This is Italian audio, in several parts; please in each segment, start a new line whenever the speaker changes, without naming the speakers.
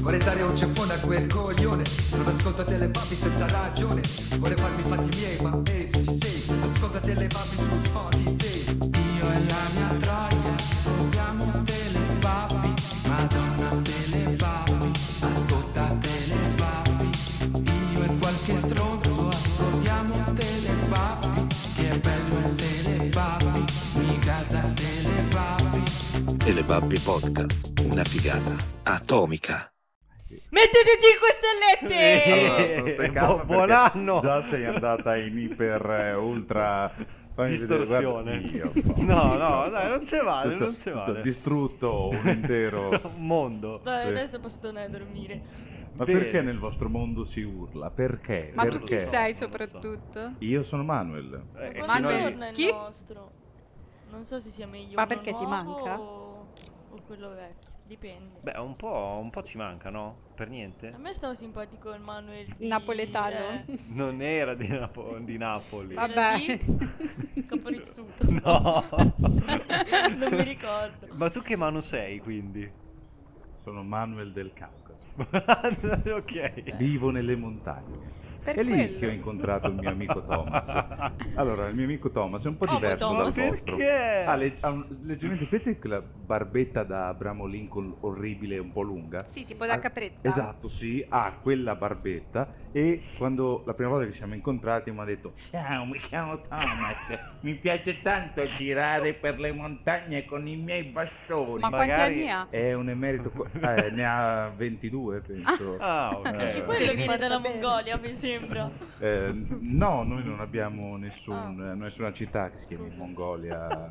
Vorrei dare un ciaffone a quel coglione Non ascolta le papi senza ragione Vuole farmi i fatti miei ma ehi se ci sei Ascolta le papi su Spotify Io e la mia troia Ascoltiamo Telepapi Madonna Telepapi Ascolta Telepapi Io e qualche stronzo Ascoltiamo Telepapi Che bello è Telepapi Mi casa Telepapi
Telebabbi Podcast, una figata atomica.
Mettete 5 stellette!
Allora, stai calma
Bu-
perché
Eh, buon anno!
Già sei andata in iper eh, ultra fammi vedere, guarda,
Distorsione.
Dio,
no, no, dai, non ci vale,
tutto-
non ci
tutto
vale.
distrutto un intero.
Un mondo.
Dai,
Sì.
Adesso posso tornare a dormire.
Ma
Bene.
perché nel vostro mondo si urla? Perché?
Ma tu chi
Perché?
so,
sei
non lo so.
soprattutto?
Io sono Manuel.
Eh,
Ma
Ma
quando
fino
noi-
torna il
Chi?
nostro? Non so se sia meglio
Ma
uno
perché ti
nuovo
manca?
O... o quello vecchio, dipende.
Beh, un po', un po' ci manca, no? Per
A
niente.
me stava simpatico il Manuel di-
Napoletano?
eh,
Non era di, Napo- di Napoli.
Ah,
Vabbè.
Caporizzuto.
No.
non mi ricordo.
Ma tu che mano sei, quindi?
Sono Manuel del Caucaso.
ok.
Vivo nelle montagne.
Eh. Per
è lì
quello.
che ho incontrato il mio amico Thomas. Allora, il mio amico Thomas è un po'
Oh,
diverso
ma
dal
Thomas?
vostro.
Perché?
Ha, le- ha un- leggermente vedete quella barbetta da Abramo Lincoln orribile, un po' lunga.
Sì, tipo da
Ha-
capretta.
Esatto, sì, ha quella barbetta e quando la prima volta che ci siamo incontrati mi ha detto Ciao, mi chiamo Thomas, mi piace tanto girare per le montagne con i miei bastoni.
Ma
magari-
quanti anni ha?
È un emerito, qua- eh, ne ha 22 penso.
Ah, ok.
Che
Eh,
quello
Sì,
che
va
fa dalla
bene.
Mongolia, mi sembra.
Eh, no, noi non abbiamo nessun- nessuna città che si chiami Mongolia.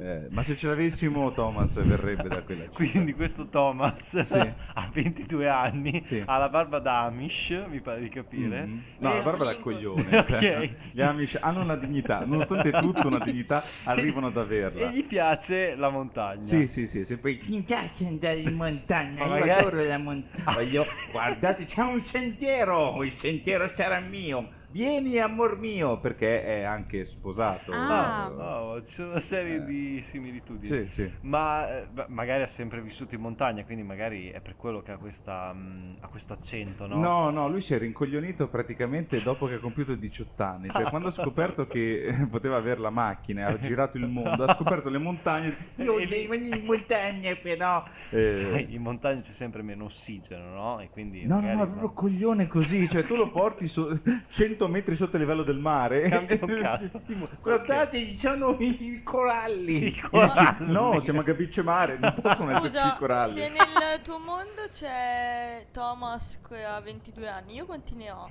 Eh, ma se ce l'avessimo, Thomas verrebbe da quella città.
Quindi questo Thomas
Sì.
ha 22 anni,
Sì.
ha la barba da Amish, mi pare di capire.
Mm. No,
Eh,
la barba da
Lincoln.
coglione. cioè,
Ok.
Gli amici hanno una dignità, nonostante tutto una dignità, arrivano ad averla.
E gli piace la montagna.
Eh, Sì, sì, sì, se poi mi piace andare in montagna,
Ma
io
magari-
adoro la montagna.
Ah,
Voglio-
sì.
Guardate, c'è un sentiero, il sentiero sarà mio. Vieni, amor mio, perché è anche sposato.
Ah.
Oh, ci sono una serie
Eh.
di similitudini.
Sì, sì.
Ma eh, beh, magari ha sempre vissuto in montagna, quindi magari è per quello che ha, questa, mm, ha questo accento, no?
No, no, lui si è rincoglionito praticamente dopo che ha compiuto 18 anni, cioè quando ha scoperto che eh, poteva avere la macchina, ha girato il mondo, ha scoperto le montagne, io
E lì-
devo andare in montagna però... Eh,
Sai, in montagna c'è sempre meno ossigeno, no? E quindi
No, no,
magari
no, è proprio coglione così, cioè tu lo porti so- 100 metri sotto il livello del mare.
Cambia un cazzo.
Guardate, ci sono diciamo i coralli.
I coralli.
No, siamo a Capicce Mare, non possono esserci i
Scusa,
coralli.
se nel tuo mondo c'è Thomas che ha 22 anni, io quanti ne ho?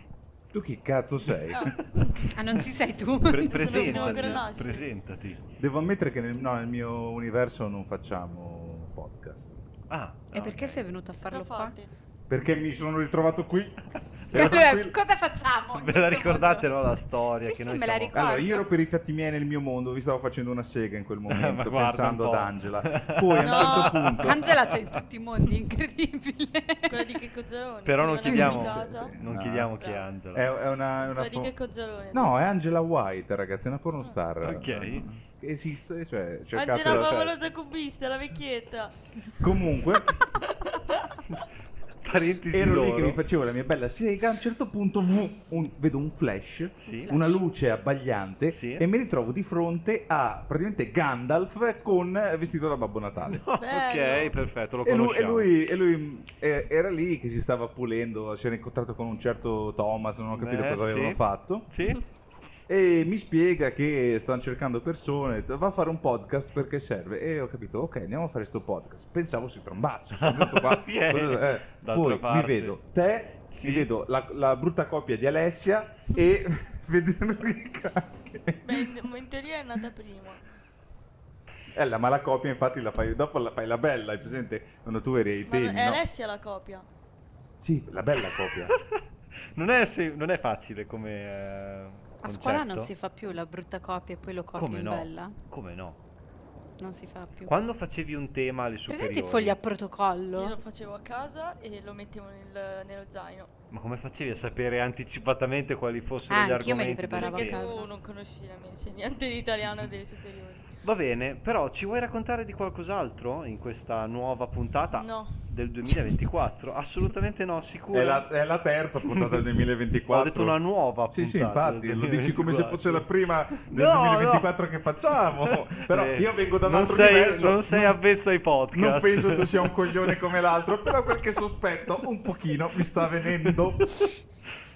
Tu chi cazzo sei?
Ah,
Ah, non ci sei tu?
Pre-
Sono un
presentati,
granaccio.
presentati.
Devo ammettere che nel, no, nel mio universo non facciamo podcast.
Ah,
e perché
ok.
sei venuto a farlo
cosa
qua?
fate?
Perché mi sono ritrovato qui.
Che
Ero
allora,
tranquillo.
cosa facciamo? in
Ve la
questo
ricordate
mondo?
no, la storia?
Sì,
che
sì,
noi
me la
siamo-
ricordo.
Allora, io ero per i fatti miei nel mio mondo, vi stavo facendo una sega in quel
Ma guarda
momento,
un
pensando
po'.
ad Angela. Poi a un
No.
certo punto...
Angela c'è in tutti i mondi, incredibile.
Quella di Checco Zalone.
Però non
che
Sì,
chiediamo,
è
sì,
abitata.
sì.
non
No. Eh,
chiediamo chi è
Bravo.
Angela.
È, è una... è una
Quella di
fo-
Checco Zalone.
No, è Angela White, ragazzi, è una pornostar.
Ok.
Esiste, cioè, cercate...
Angela favolosa cubista, la vecchietta.
Comunque,
Parentesi
ero lì
loro.
che mi facevo la mia bella sega, a un certo punto vu, un- vedo un flash,
Sì.
una luce abbagliante
Sì.
e mi ritrovo di fronte a praticamente Gandalf con eh, vestito da Babbo Natale.
ok,
Bello.
perfetto, lo
E lui, e
conosciamo.
lui- e lui, mh, eh, era lì che si stava pulendo, si era incontrato con un certo Thomas, non ho capito
Eh,
cosa
sì.
avevano fatto.
Sì?
E mi spiega che stanno cercando persone, detto, va a fare un podcast perché serve. E ho capito, ok, andiamo a fare sto podcast. Pensavo si trombasse. sono venuto qua.
Ok,
Eh,
d'altra
poi mi
parte.
vedo te,
Sì.
mi vedo la, la brutta coppia di Alessia e Federica. che-
Beh, in, in teoria è nata prima.
Eh, la mala coppia infatti la fai, dopo la fai la bella, hai presente? Quando tu eri ai
Ma
temi,
è
no?
Alessia la copia.
Sì, la bella coppia.
Non è, se- non è facile come eh,
A
concetto.
scuola non si fa più la brutta copia e poi lo copi
Come
in
no?
bella.
Come no?
Non si fa più.
Quando facevi un tema alle superiori...
Presenti i fogli a
Io
protocollo?
lo facevo a casa e lo mettevo nel- nello zaino.
Ma come facevi a sapere anticipatamente quali fossero
Ah,
gli
anch'io me li
argomenti? del
preparavo a
Perché
tema?
casa.
tu non conosci la mia insegnante di italiano delle superiori.
Va bene, però ci vuoi raccontare di qualcos'altro in questa nuova puntata
No.
del 2024? Assolutamente no, sicuro.
È la, è la terza puntata del 2024.
Ho detto una nuova
Sì, sì,
puntata
infatti,
del
lo dici come se
2024.
fosse la prima del
No,
2024 che facciamo. Però
Eh,
io vengo da un
non
altro
sei,
universo.
Non sei avvezzo ai podcast.
Non penso tu sia un coglione come l'altro, però qualche sospetto un pochino mi sta venendo.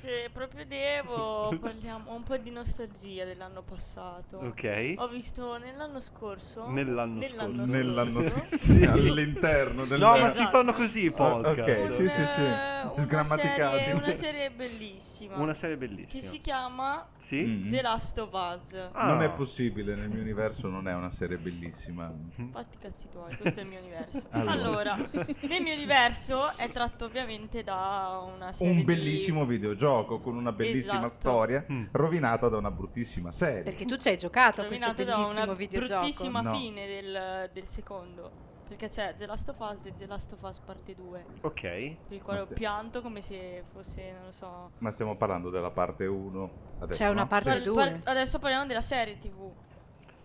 Se proprio devo, parliamo un po' di nostalgia dell'anno passato.
Ok.
Ho visto nell'anno scorso.
Nell'anno scorso.
Nell'anno
Sì.
all'interno del Ah,
No, ma si
Esatto.
fanno così i podcast.
ok, sì, sì, sì.
una
Sgrammaticati.
serie- Una serie bellissima.
Una serie
che
bellissima.
si chiama
Sì?
Mm.
The Last of Us.
Ah.
Non è possibile, nel mio universo non è una serie bellissima.
Mhm.
Fatti i cazzi tuoi, questo è il mio universo.
Allora.
Allora, nel mio universo è tratto ovviamente da una serie
Un
di-
bellissimo videogioco con una bellissima
Esatto.
storia
Mm.
rovinata da una bruttissima serie.
Perché tu ci hai giocato a questo
rovinato da una
bellissimo videogioco.
bruttissima
No.
fine del, del secondo. Perché c'è The Last of Us e The Last of Us parte 2.
Ok.
Per il quale ho
Ostia.
pianto come se fosse, non lo so.
Ma stiamo parlando della parte 1 adesso.
C'è una
no?
parte-
Par-
due.
par- adesso parliamo della serie TV.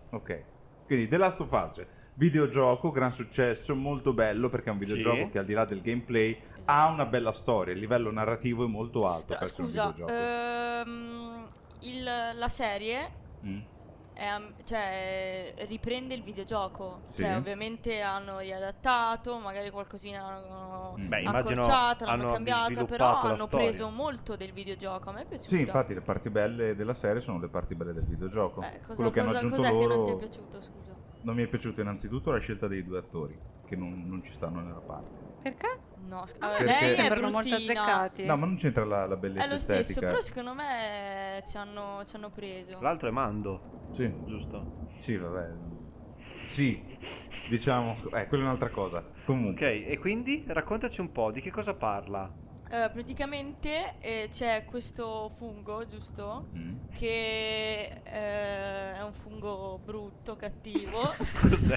Ok. Quindi The Last of Us, videogioco, gran successo, molto bello perché è un
Sì.
videogioco che al di là del gameplay ha una bella storia, il livello narrativo è molto alto
Esatto. Però,
per essere
scusa,
un videogioco.
ehm, il- la serie
Mm.
è am- cioè, riprende il videogioco.
Sì.
Cioè, ovviamente hanno riadattato, magari qualcosina hanno
Mm.
Beh, Eh, immagino
accorciato, l'hanno
hanno
cambiata, però
sviluppato la
hanno
storia.
preso molto del videogioco. A me è piaciuta.
Sì, infatti le parti belle della serie sono le parti belle del videogioco.
Eh, cosa,
Quello che hanno
cosa-
aggiunto
cos'è che
loro
non ti è piaciuto, scusa?
non mi è piaciuto innanzitutto la scelta dei due attori che non, non ci stanno nella parte.
Perché?
No, sc-
A
allora,
me
Perché-
Ah, lei è
sembrano molto
bruttina.
azzeccati.
No, ma non c'entra la, la
È
bellezza
lo stesso,
estetica.
però secondo me eh, ci hanno, ci hanno preso.
L'altro è Mando,
Sì,
giusto?
sì, vabbè. Sì, diciamo, eh, quella è un'altra cosa.
Ok,
Comunque,
e quindi raccontaci un po' di che cosa parla.
Eh, praticamente eh, c'è questo fungo, giusto?
Mm.
Che eh, è un fungo brutto, cattivo.
Cos'è?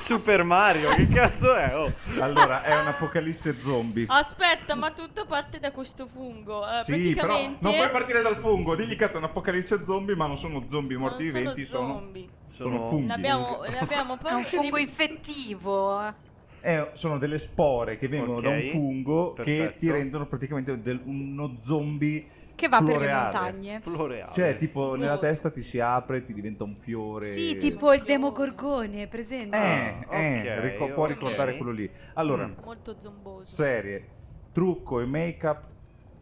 Super Mario, che cazzo è? Oh.
allora è un'apocalisse
Ah,
zombie.
Aspetta, ma tutto parte da questo fungo. Eh,
Sì, però non
praticamente
puoi partire dal fungo. Digli cazzo, è un'apocalisse zombie, ma non sono zombie morti
non sono
viventi, sono,
zombie.
sono
Sono-
funghi.
Ne abbiamo, ne abbiamo
È un
parlato
fungo
di-
infettivo.
Eh, sono delle spore che vengono da
Ok,
un fungo che
perfetto.
ti rendono praticamente del- uno zombie
Che va per le
floreale.
montagne.
Floreale.
Cioè, tipo, nella
Fiore.
testa ti si apre, ti diventa un fiore.
Sì, tipo il
Fiore.
demogorgone, presente?
Eh, eh,
Ah, ok,
ricor- può
ok.
ricordare quello lì. Allora,
Mm.
molto zomboso.
serie, trucco e make-up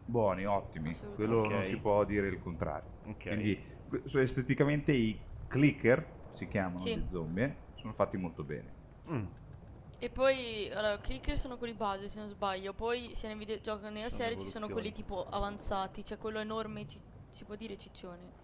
buoni, ottimi.
Assolutamente.
Quello non
Ok.
si può dire il contrario.
Ok.
Quindi, que- so- esteticamente i clicker, si chiamano
Sì.
gli zombie, sono fatti molto bene.
Mm.
E poi allora, clicker sono quelli base se non sbaglio. Poi sia nel videogioco che nella
Sono
serie ci sono quelli
evoluzioni.
tipo avanzati. C'è quello enorme, ci- si può dire ciccione.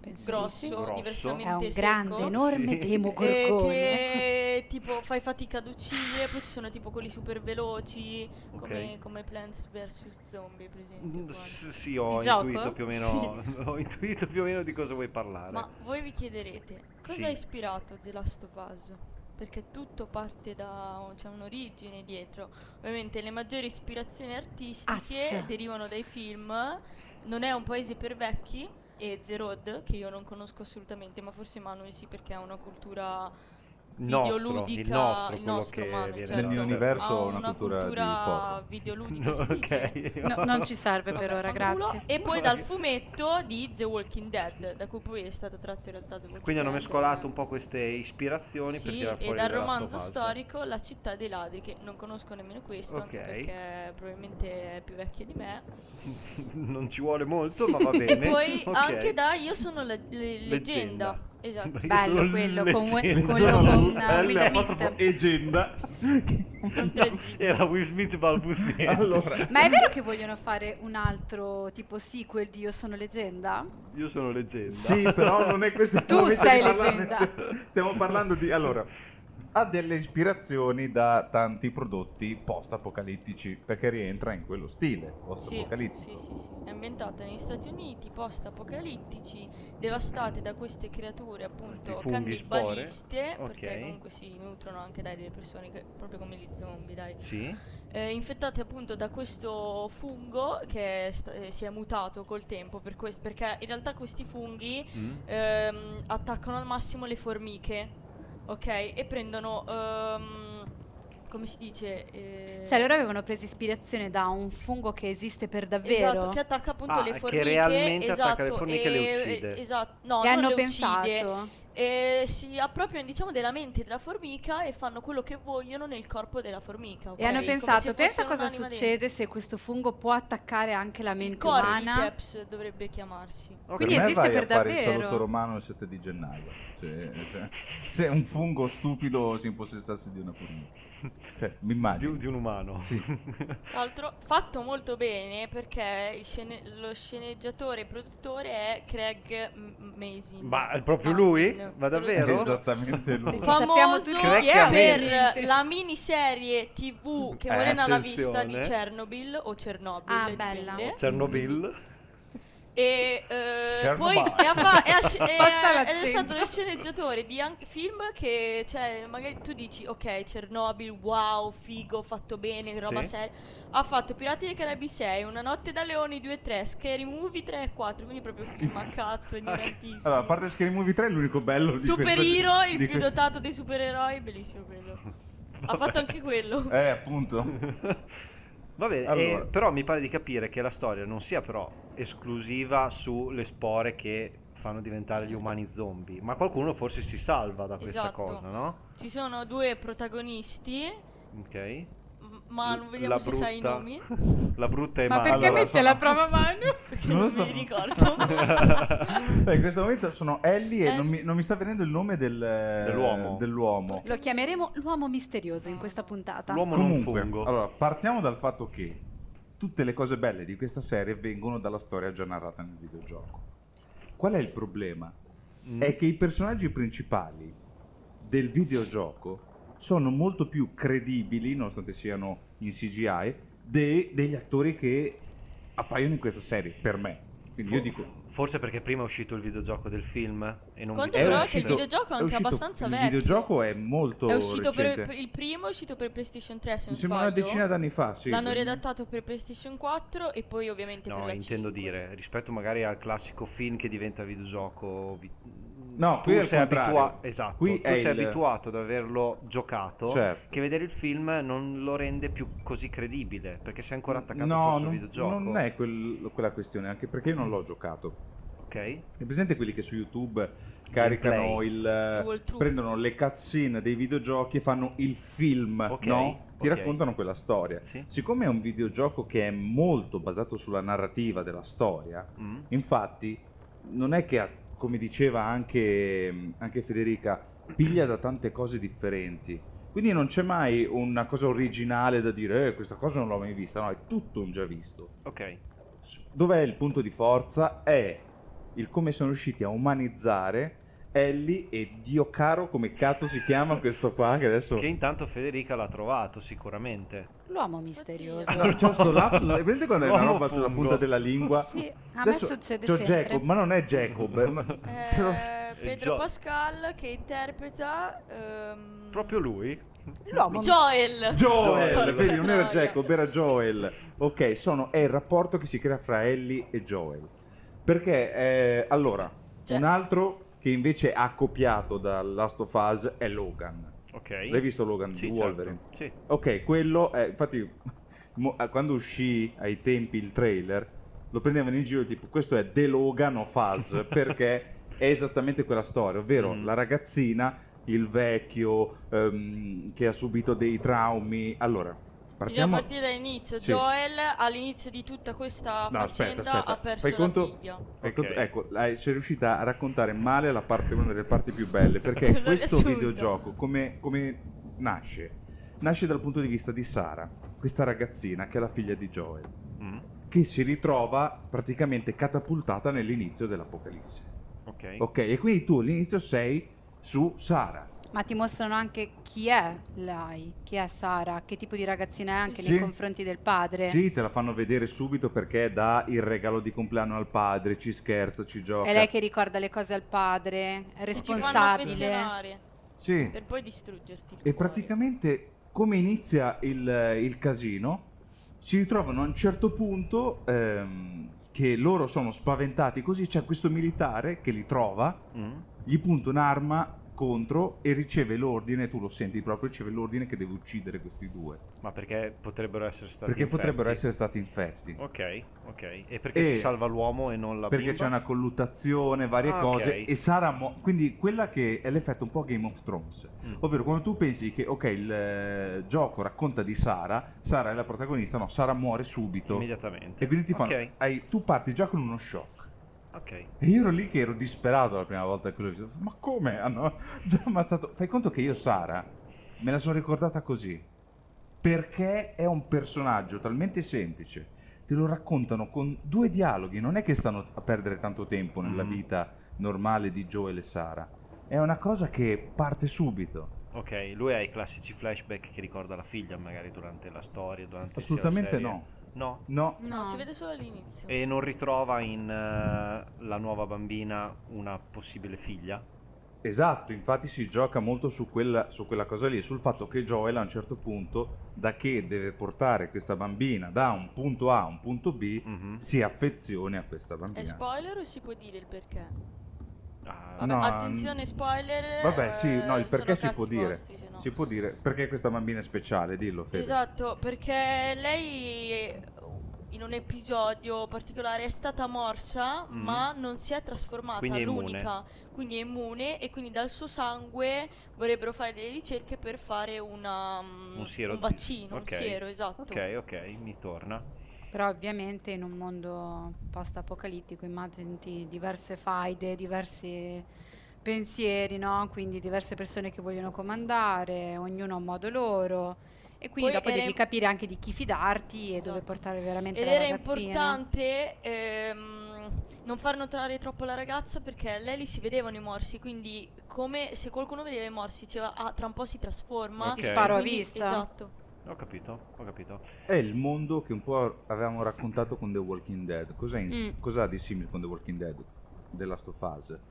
Penso
Eh, Grosso,
di sì.
Grosso.
diversamente
È un
secco,
grande, enorme
Sì.
e
demogorgone.
che Eh, tipo fai fatica ad uccidere, poi ci sono tipo quelli super veloci,
Ok.
come, come Plants vs Zombie, per esempio.
Mm,
guarda.
s- Sì, ho
Di gioco?
intuito più o meno. Ho intuito più o meno di cosa vuoi parlare.
Ma voi vi chiederete cosa
Sì.
ha ispirato The Last of Us? Perché tutto parte da c'è un'origine dietro. Ovviamente le maggiori ispirazioni artistiche
Azza.
derivano dai film Non è un paese per vecchi e The Road, che io non conosco assolutamente, ma forse Manuel sì perché ha una cultura
Il nostro,
videoludica,
il nostro,
il
quello
nostro
che
Manuel,
viene
certo.
Nel mio universo
ha
ho una cultura di porno.
videoludica, cioè,
No,
si dice.
ok.
No, non ci serve per
Vabbè,
ora,
fanculo.
grazie.
E poi dal fumetto di The Walking Dead, da cui poi è stato tratto in realtà The Walking
Quindi hanno
Dead.
mescolato un po' queste ispirazioni per
Sì,
tirar
e
fuori
dal
The Last of
romanzo
Us.
storico La città dei ladri, che non conosco nemmeno questo, anche
Ok.
perché probabilmente è più vecchia di me.
non ci vuole molto, ma va bene.
E poi
Ok.
anche da Io sono la, le- leggenda.
Io
Esatto.
Bello
sono
quello, con Wen-
leggenda.
quello con, uh, Will
L apostrofo
Smith.
Egenda.
Era Will Smith balbuziente.
allora,
Ma è vero che vogliono fare un altro tipo sequel di Io sono leggenda?
Io sono leggenda.
Sì, però non è questo il
Tu
momento di
sei
parlarne.
leggenda.
Stiamo parlando di allora ha delle ispirazioni da tanti prodotti post-apocalittici perché rientra in quello stile
Sì,
post-apocalittico.
sì, sì, sì. È ambientata negli Stati Uniti, post-apocalittici, devastate da queste creature appunto
Questi funghi
cannibaliste,
spore.
perché
Ok.
comunque si nutrono anche dai delle persone, che- proprio come gli zombie, dai.
Sì?
Eh, infettate appunto da questo fungo che è sta- eh, si è mutato col tempo, per quest- perché in realtà questi funghi
Mm.
ehm, attaccano al massimo le formiche. ok? E prendono, ehm, come si dice? eh,
Cioè, loro avevano preso ispirazione da un fungo che esiste per davvero.
Esatto, che attacca appunto
Ah,
le
che
formiche.
realmente
esatto,
attacca le formiche e le
e-
uccide.
Esatto, no,
che
non
hanno
le
pensato.
uccide. E si appropriano, diciamo, della mente della formica e fanno quello che vogliono nel corpo della formica. ok?
E hanno
Come se
pensato,
fosse
pensa cosa
un'anima dentro."
succede se questo fungo può attaccare anche la mente umana.
Cordyceps dovrebbe chiamarsi.
Ok.
Quindi
per me
esiste
vai
per
a fare il
davvero.
saluto romano il 7 di gennaio. Cioè, cioè, se un fungo stupido si impossessasse di una formica. Cioè, mi immagino.
di, di un umano.
Tra l'altro, fatto molto bene perché il scene- lo sceneggiatore e produttore è Craig M- Mazin.
Ma è proprio
Mazin,
lui?
te
Ma
lo
davvero?
giuro.
Esattamente lui.
Perché sappiamo
Famoso
tutti
Craig
chi è
Mazin.
per
ovviamente.
la miniserie TV che
Eh,
Morena l'ha vista
attenzione.
di Chernobyl o Chernobyl.
Ah,
dipende.
bella.
Chernobyl.
E eh, poi
Chernobyl.
e ha fa- e ha sc- e-
Basta
ed è
l'accento.
stato lo sceneggiatore di an- film che cioè, magari tu dici ok Chernobyl, wow, figo, fatto bene, roba
Sì.
seria. Ha fatto Pirati dei Caraibi 6, Una notte da leoni 2 e 3, Scary Movie 3 e 4, quindi proprio film a cazzo, ignorantissimi.
Ah, Allora, a parte Scary Movie 3 è l'unico bello di
Super
questo-
Hero,
di
il più
questo-
dotato dei supereroi, bellissimo quello. Ha fatto anche quello.
Eh, appunto.
Va bene,
Allora.
eh, però mi pare di capire che la storia non sia però esclusiva sulle spore che fanno diventare gli umani zombie, ma qualcuno forse si salva da questa
Esatto.
cosa, no?
Ci sono due protagonisti, m-
Ok.
ma non vediamo
La
se sai i
brutta-
nomi.
La brutta è
Ma Ah, perché
Allora,
mette
sono-
la prova a mano?
Perché
Non
non,
lo so.
mi ricordo.
Eh, in questo momento sono Ellie e
Eh.
non mi, non mi sta venendo il nome del,
Dell'uomo.
dell'uomo.
Lo chiameremo l'uomo misterioso in questa puntata.
L'uomo
Comunque,
non fungo.
allora, partiamo dal fatto che tutte le cose belle di questa serie vengono dalla storia già narrata nel videogioco. Qual è il problema?
Mm.
È che i personaggi principali del videogioco sono molto più credibili, nonostante siano in CGI, de- degli attori che appaiono in questa serie, per me. Quindi io
Fo-
dico...
Forse perché prima è uscito il videogioco del film e non
Conto
vi-
Sì, però
è
che il videogioco è anche
uscito-
abbastanza
Il
vecchio.
videogioco è molto
È uscito per,
recente.
per- il primo è uscito per PlayStation 3, se
Mi
non
sembra una
sbaglio.
decina d'anni fa, sì.
L'hanno riadattato per PlayStation 4 e poi ovviamente per
No,
la
intendo
5.
dire, rispetto magari al classico film che diventa videogioco, vi-
No,
tu
qui è il
sei
contrario.
abituato, esatto,
Qui
tu
è
sei
il-
abituato ad averlo giocato,
Certo.
che vedere il film non lo rende più così credibile, perché sei ancora attaccato
no,
al questo
non,
videogioco.
non è quel- quella questione, anche perché io non l'ho giocato.
Ok?
È presente quelli che su YouTube caricano
Gameplay.
il...
Il World Tour.
prendono le cutscene dei videogiochi e fanno il film,
Ok,
no? Ti
ok.
raccontano quella storia.
Sì.
Siccome è un videogioco che è molto basato sulla narrativa della storia,
Mm.
Infatti, non è che, ha- come diceva anche, anche Federica, piglia da tante cose differenti. Quindi non c'è mai una cosa originale da dire, "Eh, questa cosa non l'ho mai vista, no, è tutto un già visto.
Ok.
S- Dov'è il punto di forza? È il come sono riusciti a umanizzare Ellie e Dio caro, come cazzo si chiama questo qua che adesso...
Che intanto Federica l'ha trovato sicuramente.
L'uomo misterioso.
No, c'è sto lapsus, è presente quando è una
L'uomo
roba sulla
fungo.
punta della lingua?
Sì, a me
Adesso
succede
c'ho
sempre.
Jacob, ma non è Jacob. ma-
Eh, Pedro
Gio-
Pascal che interpreta ehm,
Proprio lui?
L'uomo
Joel.
Joel,
Joel.
vedi, non era
Porca
Jacob, era Joel. Ok, sono, è il rapporto che si crea fra Ellie e Joel. Perché, eh, allora,
Cioè-
un altro che invece ha copiato da Last of Us è Logan.
Ok.
L'hai visto Logan
Sì,
di
certo.
Wolverine?
Sì.
Ok, quello, è, infatti, mo- eh, quando uscì ai tempi il trailer, lo prendevano in giro tipo, questo è The Logan of Us, perché è esattamente quella storia, ovvero
Mm.
la ragazzina, il vecchio, ehm, che ha subito dei traumi. Allora,
Bisogna
partiamo...
partire dall'inizio.
Sì.
Joel all'inizio di tutta questa
No, aspetta,
faccenda
aspetta.
ha perso
Fai
la
conto-
figlia.
Ecco,
Ok.
ecco, lei si è riuscita a raccontare male la parte, una delle parti più belle, perché
Cosa
questo
assurdo.
videogioco come, come nasce? Nasce dal punto di vista di Sara, questa ragazzina che è la figlia di Joel,
Mm.
che si ritrova praticamente catapultata nell'inizio dell'Apocalisse.
Ok.
Ok, e quindi tu all'inizio sei su Sara.
Ma ti mostrano anche chi è lei, chi è Sara, che tipo di ragazzina è anche
Sì.
nei confronti del padre.
Sì, te la fanno vedere subito perché dà il regalo di compleanno al padre, ci scherza, ci gioca.
È lei che ricorda le cose al padre, è
Ci fanno
responsabile.
affezionare
Sì.
per poi distruggerti. il cuore.
E praticamente come inizia il, il casino, si ritrovano a un certo punto ehm, che loro sono spaventati così, c'è questo militare che li trova,
Mm.
gli punta un'arma contro e riceve l'ordine, tu lo senti proprio, riceve l'ordine che deve uccidere questi due.
Ma perché potrebbero essere stati
perché potrebbero
infetti?
essere stati infetti.
Ok, ok. E perché
E-
si salva l'uomo e non la
perché
bimba?
c'è una colluttazione, varie
Ah,
cose.
ok.
E Sara mo- Quindi quella che è l'effetto un po' Game of Thrones.
Mm.
Ovvero quando tu pensi che, ok, il eh, gioco racconta di Sara, Sara è la protagonista, no, Sara muore subito.
Immediatamente.
E quindi ti fanno,
Ok,
hai- tu parti già con uno shock.
ok.
E io ero lì che ero disperato la prima volta che l'ho visto. Ma come? Hanno già ammazzato. Fai conto che io, Sara, me la sono ricordata così. Perché è un personaggio talmente semplice. Te lo raccontano con due dialoghi. Non è che stanno a perdere tanto tempo nella
Mm.
vita normale di Joel e Sara. È una cosa che parte subito.
Ok, lui ha i classici flashback che ricorda la figlia magari durante la storia, durante sia la
Assolutamente
serie.
no.
No?
No.
No,
No.
si vede solo all'inizio.
Eh,
E non ritrova in eh, la nuova bambina una possibile figlia?
Esatto, infatti si gioca molto su quella, su quella cosa lì, sul fatto che Joel a un certo punto, da che deve portare questa bambina da un punto A a un punto B,
Mhm.
si affezioni a questa
È
bambina.
spoiler o si può dire il perché?
Ah,
Vabbè,
No, mm,
attenzione, spoiler.
Vabbè, sì, no, il
eh,
perché
sono
si può
cazzi
dire.
vostri, se no.
Si può dire perché questa bambina è speciale, dillo Fede.
Esatto, perché lei eh, in un episodio particolare è stata morsa,
Mm.
ma non si è trasformata
Quindi è immune.
l'unica, quindi è immune e quindi dal suo sangue vorrebbero fare delle ricerche per fare una, mm,
Un siero
un
di-
vaccino,
ok.
un siero, esatto.
ok, ok, mi torna.
Però ovviamente in un mondo post-apocalittico immagini diverse faide, diversi pensieri, no? Quindi diverse persone che vogliono comandare, ognuno a modo loro. E quindi
Poi
dopo
era
devi
im-
capire anche di chi fidarti e dove
Esatto.
portare veramente
Ed
la
era
ragazzina.
importante ehm, non far notare troppo la ragazza perché lei li si vedevano i morsi, quindi come se qualcuno vedeva i morsi diceva ah tra un po' si trasforma.
Ti
e
sparo
a
quindi-
vista.
Esatto.
Ho capito, ho capito.
È il mondo che un po' avevamo raccontato con The Walking Dead. Cos'è in-
Mm.
Cos'ha di simile con The Walking Dead? Della fase?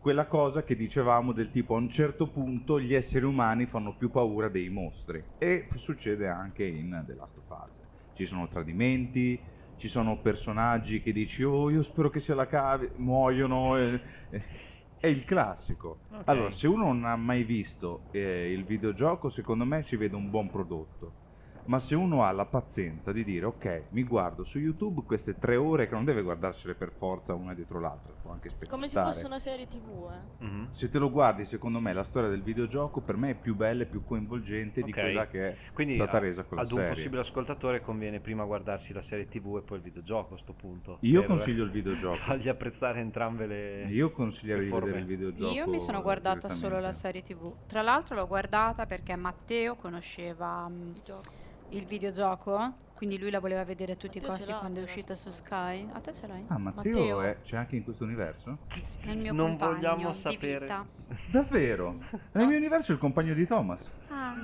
Quella cosa che dicevamo del tipo a un certo punto gli esseri umani fanno più paura dei mostri. E f- succede anche in The Last of Us. Ci sono tradimenti, ci sono personaggi che dici oh io spero che sia la cave, muoiono. e- e- È il classico.
Ok.
Allora, se uno non ha mai visto eh, il videogioco, secondo me si vede un buon prodotto. Ma se uno ha la pazienza di dire ok, mi guardo su YouTube queste tre ore che non deve guardarsele per forza una dietro l'altra, può anche spezzettare.
Come se fosse una serie tv, eh.
Mhm.
Se te lo guardi, secondo me la storia del videogioco per me è più bella e più coinvolgente di
Ok.
quella che è
Quindi
stata
a-
resa con Ecco, la
ad un
serie.
possibile ascoltatore conviene prima guardarsi la serie TV e poi il videogioco a sto punto.
Io
per
consiglio il videogioco.
Fargli apprezzare entrambe le
Io consiglierei di
Informe.
vedere il videogioco.
Io mi sono guardata solo la
direttamente.
serie TV. Tra l'altro l'ho guardata perché Matteo conosceva mm,
Il gioco.
il videogioco, quindi lui la voleva vedere a tutti i
Matteo ce
costi
l'ha,
quando è
te l'ho
uscita su
raccontato.
Sky. A te ce l'hai?
Ah, Matteo,
Matteo.
è- c'è anche in questo universo?
Nel mio
non
compagno
vogliamo
di
sapere.
vita.
Davvero? Nel mio universo è il compagno di Thomas.
Ah.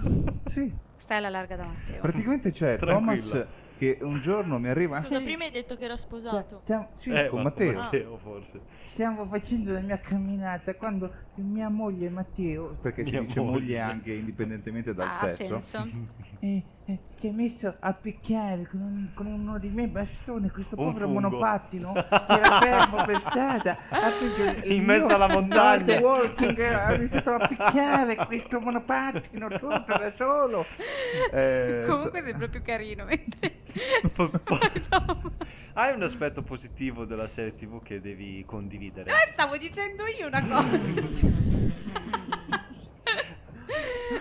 Sì,
Stai alla larga da Matteo.
praticamente c'è
Tranquilla.
Thomas che un giorno mi arriva...
Scusa,
"Ehi,
prima esatto." hai detto che era sposato.
Stiamo, sì,
Eh,
con
ma-
Matteo.
Matteo forse.
Stiamo facendo la mia camminata quando mia moglie Matteo. Perché si
Mia
dice
moglie.
moglie anche indipendentemente dal
Ah, ha
sesso.
senso.
E, e si è messo a picchiare con, un- con uno dei miei bastoni questo
Un
povero
fungo.
monopattino che era fermo per strada ha preso il
In mezzo
mio
alla montagna.
North walking ha iniziato a picchiare questo monopattino tutto da solo Eh,
Comunque
s-
sembra più carino. mentre-
Hai un aspetto positivo della serie TV che devi condividere.
Eh, Stavo dicendo io una cosa.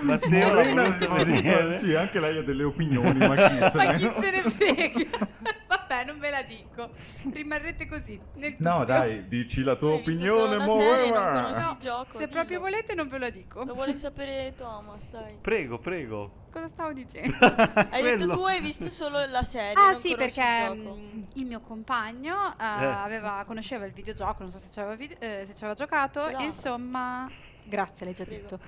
Matteo l'ha voluto vedere.
anche lei ha delle opinioni ma chi
Ma chi se ne frega? Vabbè, non ve la dico. Rimarrete così. Nel dubbio.
dici la
Hai visto solo una serie, non conosci il gioco.
Se
dillo.
proprio volete non ve lo
Lo
dico.
vuole sapere Thomas, dai.
Prego, prego.
Cosa stavo dicendo?
Hai detto
Quello.
tu hai visto solo la serie.
Ah
non
sì,
conosci
perché
il gioco.
mm, il mio compagno eh, aveva- conosceva il videogioco, non so se ci aveva, vid- eh, se ci aveva giocato,
Ce l'ha.
e insomma... Grazie, l'hai già
Prego.
detto.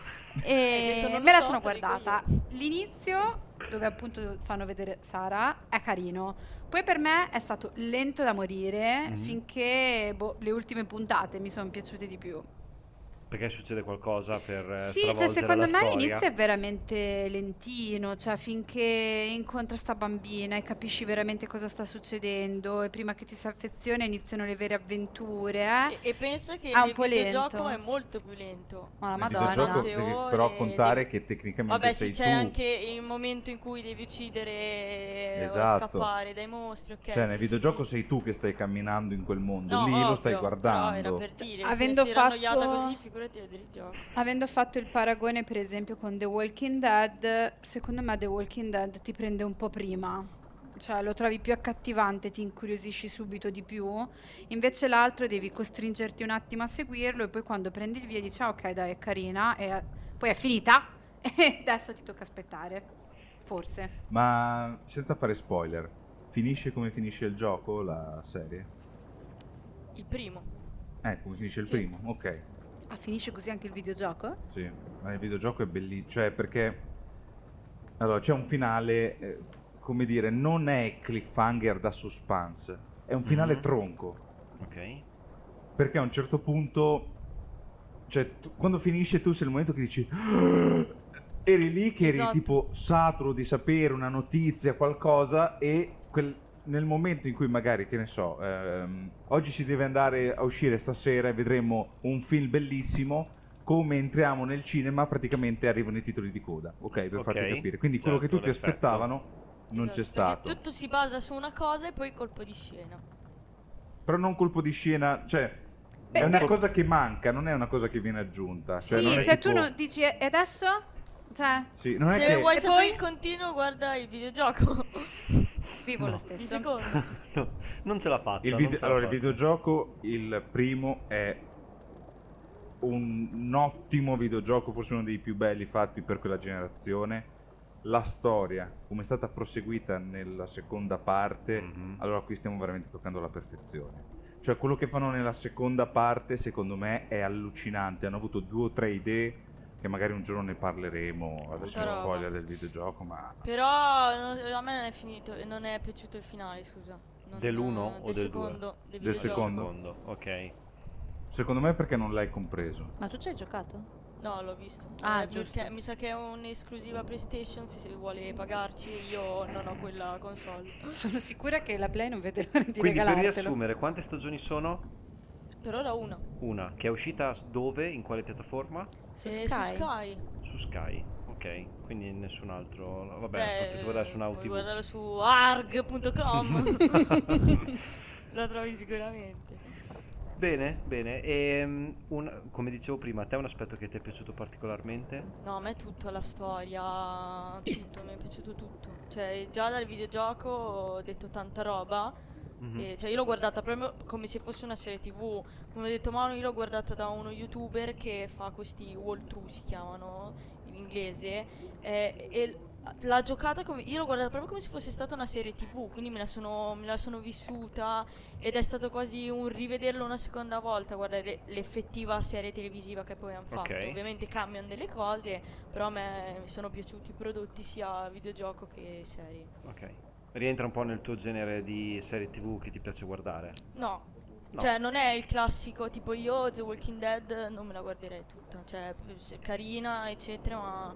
Hai
E
detto, "Non lo
me la
so,
sono
te lo dico
guardata. L'inizio, dove appunto fanno vedere Sara, è carino. Poi per me è stato lento da morire,
Mhm.
finché boh, le ultime puntate mi sono piaciute di più.
perché succede qualcosa per eh,
Sì, cioè
stravolgere
secondo
la
me
storia.
all'inizio è veramente lentino, cioè finché incontra sta bambina e capisci veramente cosa sta succedendo e prima che ci si affeziona iniziano le vere avventure, eh?
E, e penso che
Ah, un
il
po'
videogioco
lento.
è molto più lento.
Ma la
Nel
Madonna.
videogioco
Tante
devi
ore,
però contare
devi-
che tecnicamente
Vabbè, sì,
sei
c'è
tu.
anche il momento in cui devi uccidere
Esatto.
o scappare dai mostri, ok?
Cioè,
sì,
nel
sì,
videogioco
sì.
sei tu che stai camminando in quel mondo,
No,
lì
ovvio,
lo stai guardando.
Però era per dire,
Cioè, Avendo
se si era annoiata
fatto-
così, figurati a vedere il gioco.
Avendo fatto il paragone per esempio con The Walking Dead, secondo me The Walking Dead ti prende un po' prima, cioè lo trovi più accattivante, ti incuriosisci subito di più, invece l'altro devi costringerti un attimo a seguirlo e poi quando prendi il via dici "Ah, ok dai è carina e eh, poi è finita e adesso ti tocca aspettare, forse.
Ma senza fare spoiler, finisce come finisce il gioco la serie?
Il primo.
Eh, come finisce il
Sì.
primo, ok.
Ah, finisce così anche il videogioco?
Sì, ma il videogioco è bellissimo, cioè perché allora c'è un finale, eh, come dire, non è cliffhanger da suspense, è un finale
Mhm.
tronco,
Ok.
perché a un certo punto cioè tu- quando finisce tu sei il momento che dici "Ah!" eri lì che eri
Esatto.
tipo saturo di sapere una notizia, qualcosa e quel- nel momento in cui magari, che ne so, ehm, oggi si deve andare a uscire stasera e vedremo un film bellissimo, come entriamo nel cinema praticamente arrivano i titoli di coda, ok? Per
Ok,
farti capire. Quindi quello che
certo,
tutti
l'effetto.
aspettavano non
Esatto,
c'è stato.
Perché tutto si basa su una cosa e poi colpo di scena.
Però non colpo di scena, cioè...
Beh, ecco.
è una
beh.
cosa che manca, non è una cosa che viene aggiunta. Cioè, non
sì,
è
cioè
tipo-
tu no- dici e adesso? Cioè,
Sì, non è
se
che...
vuoi
E
sapere
poi?
il continuo, guarda il videogioco.
vivo
No.
lo
Il
stesso.
secondo.
No, non ce l'ha fatta.
Il
Cioè, non
vide-
ce l'ha
allora, il
fatta.
videogioco, il primo è un, un ottimo videogioco, forse uno dei più belli fatti per quella generazione. La storia, come è stata proseguita nella seconda parte,
Mhm.
allora qui stiamo veramente toccando la perfezione. Cioè, quello che fanno nella seconda parte, secondo me, è allucinante. Hanno avuto due o tre idee che magari un giorno ne parleremo. Adesso
Tanta
non
roba.
spoiler del videogioco, ma
Però no, a me non è finito, non è piaciuto il finale, scusa. Non-
Dell'uno
non-
o
del
del
secondo? Del,
Del
videogioco.
secondo.
Secondo, ok.
secondo me è perché non l'hai compreso.
Ma tu ci hai giocato?
No, l'ho visto.
Ah,
Eh,
giusto.
perché mi sa che è un'esclusiva PlayStation, se, se vuole pagarci io non ho quella console.
Sono sicura che la Play non vede l'ora di
Quindi per
regalartelo.
riassumere, quante stagioni sono?
Per ora una.
Una, che è uscita s- dove? In quale piattaforma?
Su
Eh,
Sky?
Su Sky.
Su Sky, ok. Quindi nessun altro. Vabbè,
Beh,
potete guardare su Now
puoi
TV.
guardarlo su arg.com. Lo trovi sicuramente.
Bene, bene. E, mm, un- come dicevo prima, a te è un aspetto che ti è piaciuto particolarmente?
No, a me è tutto la storia, tutto, mi è piaciuto tutto. Cioè, già dal videogioco ho detto tanta roba.
Mhm.
E, cioè, io l'ho guardata proprio come se fosse una serie TV. Come ho detto Manu, io l'ho guardata da uno youtuber che fa questi walkthrough, si chiamano in inglese. eh, e l- l'ha giocata come. Io l'ho guardata proprio come se fosse stata una serie TV. Quindi me la sono, me la sono vissuta. Ed è stato quasi un rivederlo una seconda volta. Guardare l'effettiva serie televisiva che poi hanno fatto.
Ok.
Ovviamente cambiano delle cose. Però a me mi sono piaciuti i prodotti sia videogioco che serie.
Ok. Rientra un po' nel tuo genere di serie TV che ti piace guardare.
No.
No.
Cioè, non è il classico tipo io, The Walking Dead, non me la guarderei tutta. Cioè, se- carina, eccetera, ma.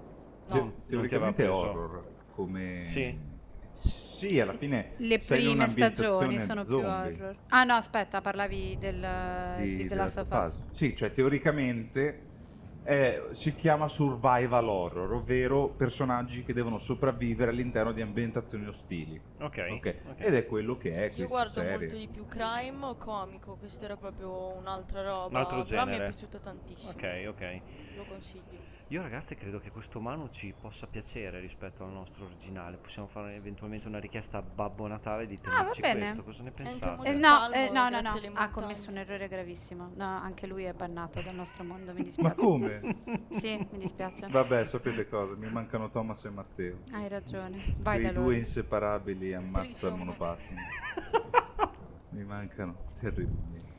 Te-
No.
teoricamente è
non ti aveva preso.
horror come
Sì.
Sì, alla fine
Le
sei in
prime stagioni
un'ambientazione
sono più
zombie
horror. Ah no, aspetta, parlavi del,
di,
di
di
The
Last
Last of
of Us. Sì, cioè teoricamente è- si chiama survival horror, ovvero personaggi che devono sopravvivere all'interno di ambientazioni ostili.
Ok.
ok?
ok.
Ed è quello che è
Io
Eh, questa
guardo
serie.
molto di più crime o comico, questo era proprio un'altra roba.
Un altro
Però mi è
genere.
piaciuto tantissimo.
Ok, ok.
Lo consiglio.
Io ragazzi credo che questo Manu ci possa piacere rispetto al nostro originale. Possiamo fare eventualmente una richiesta a Babbo Natale
Ah,
di
va
tenerci
bene.
questo. Cosa ne pensate?
Eh,
molto-
no,
Palmo,
eh, no,
grazie
no,
alle
no, ha
montagne.
commesso un errore gravissimo. No, anche lui è bannato dal nostro mondo, mi
Ma
dispiace.
come?
Sì, mi dispiace.
Vabbè, sapete cosa? Mi mancano Thomas e Matteo.
Hai ragione. Ah, Vai
Quei
da
due
lui.
inseparabili ammazza il
Insomma.
monopattino. Mi mancano terribili.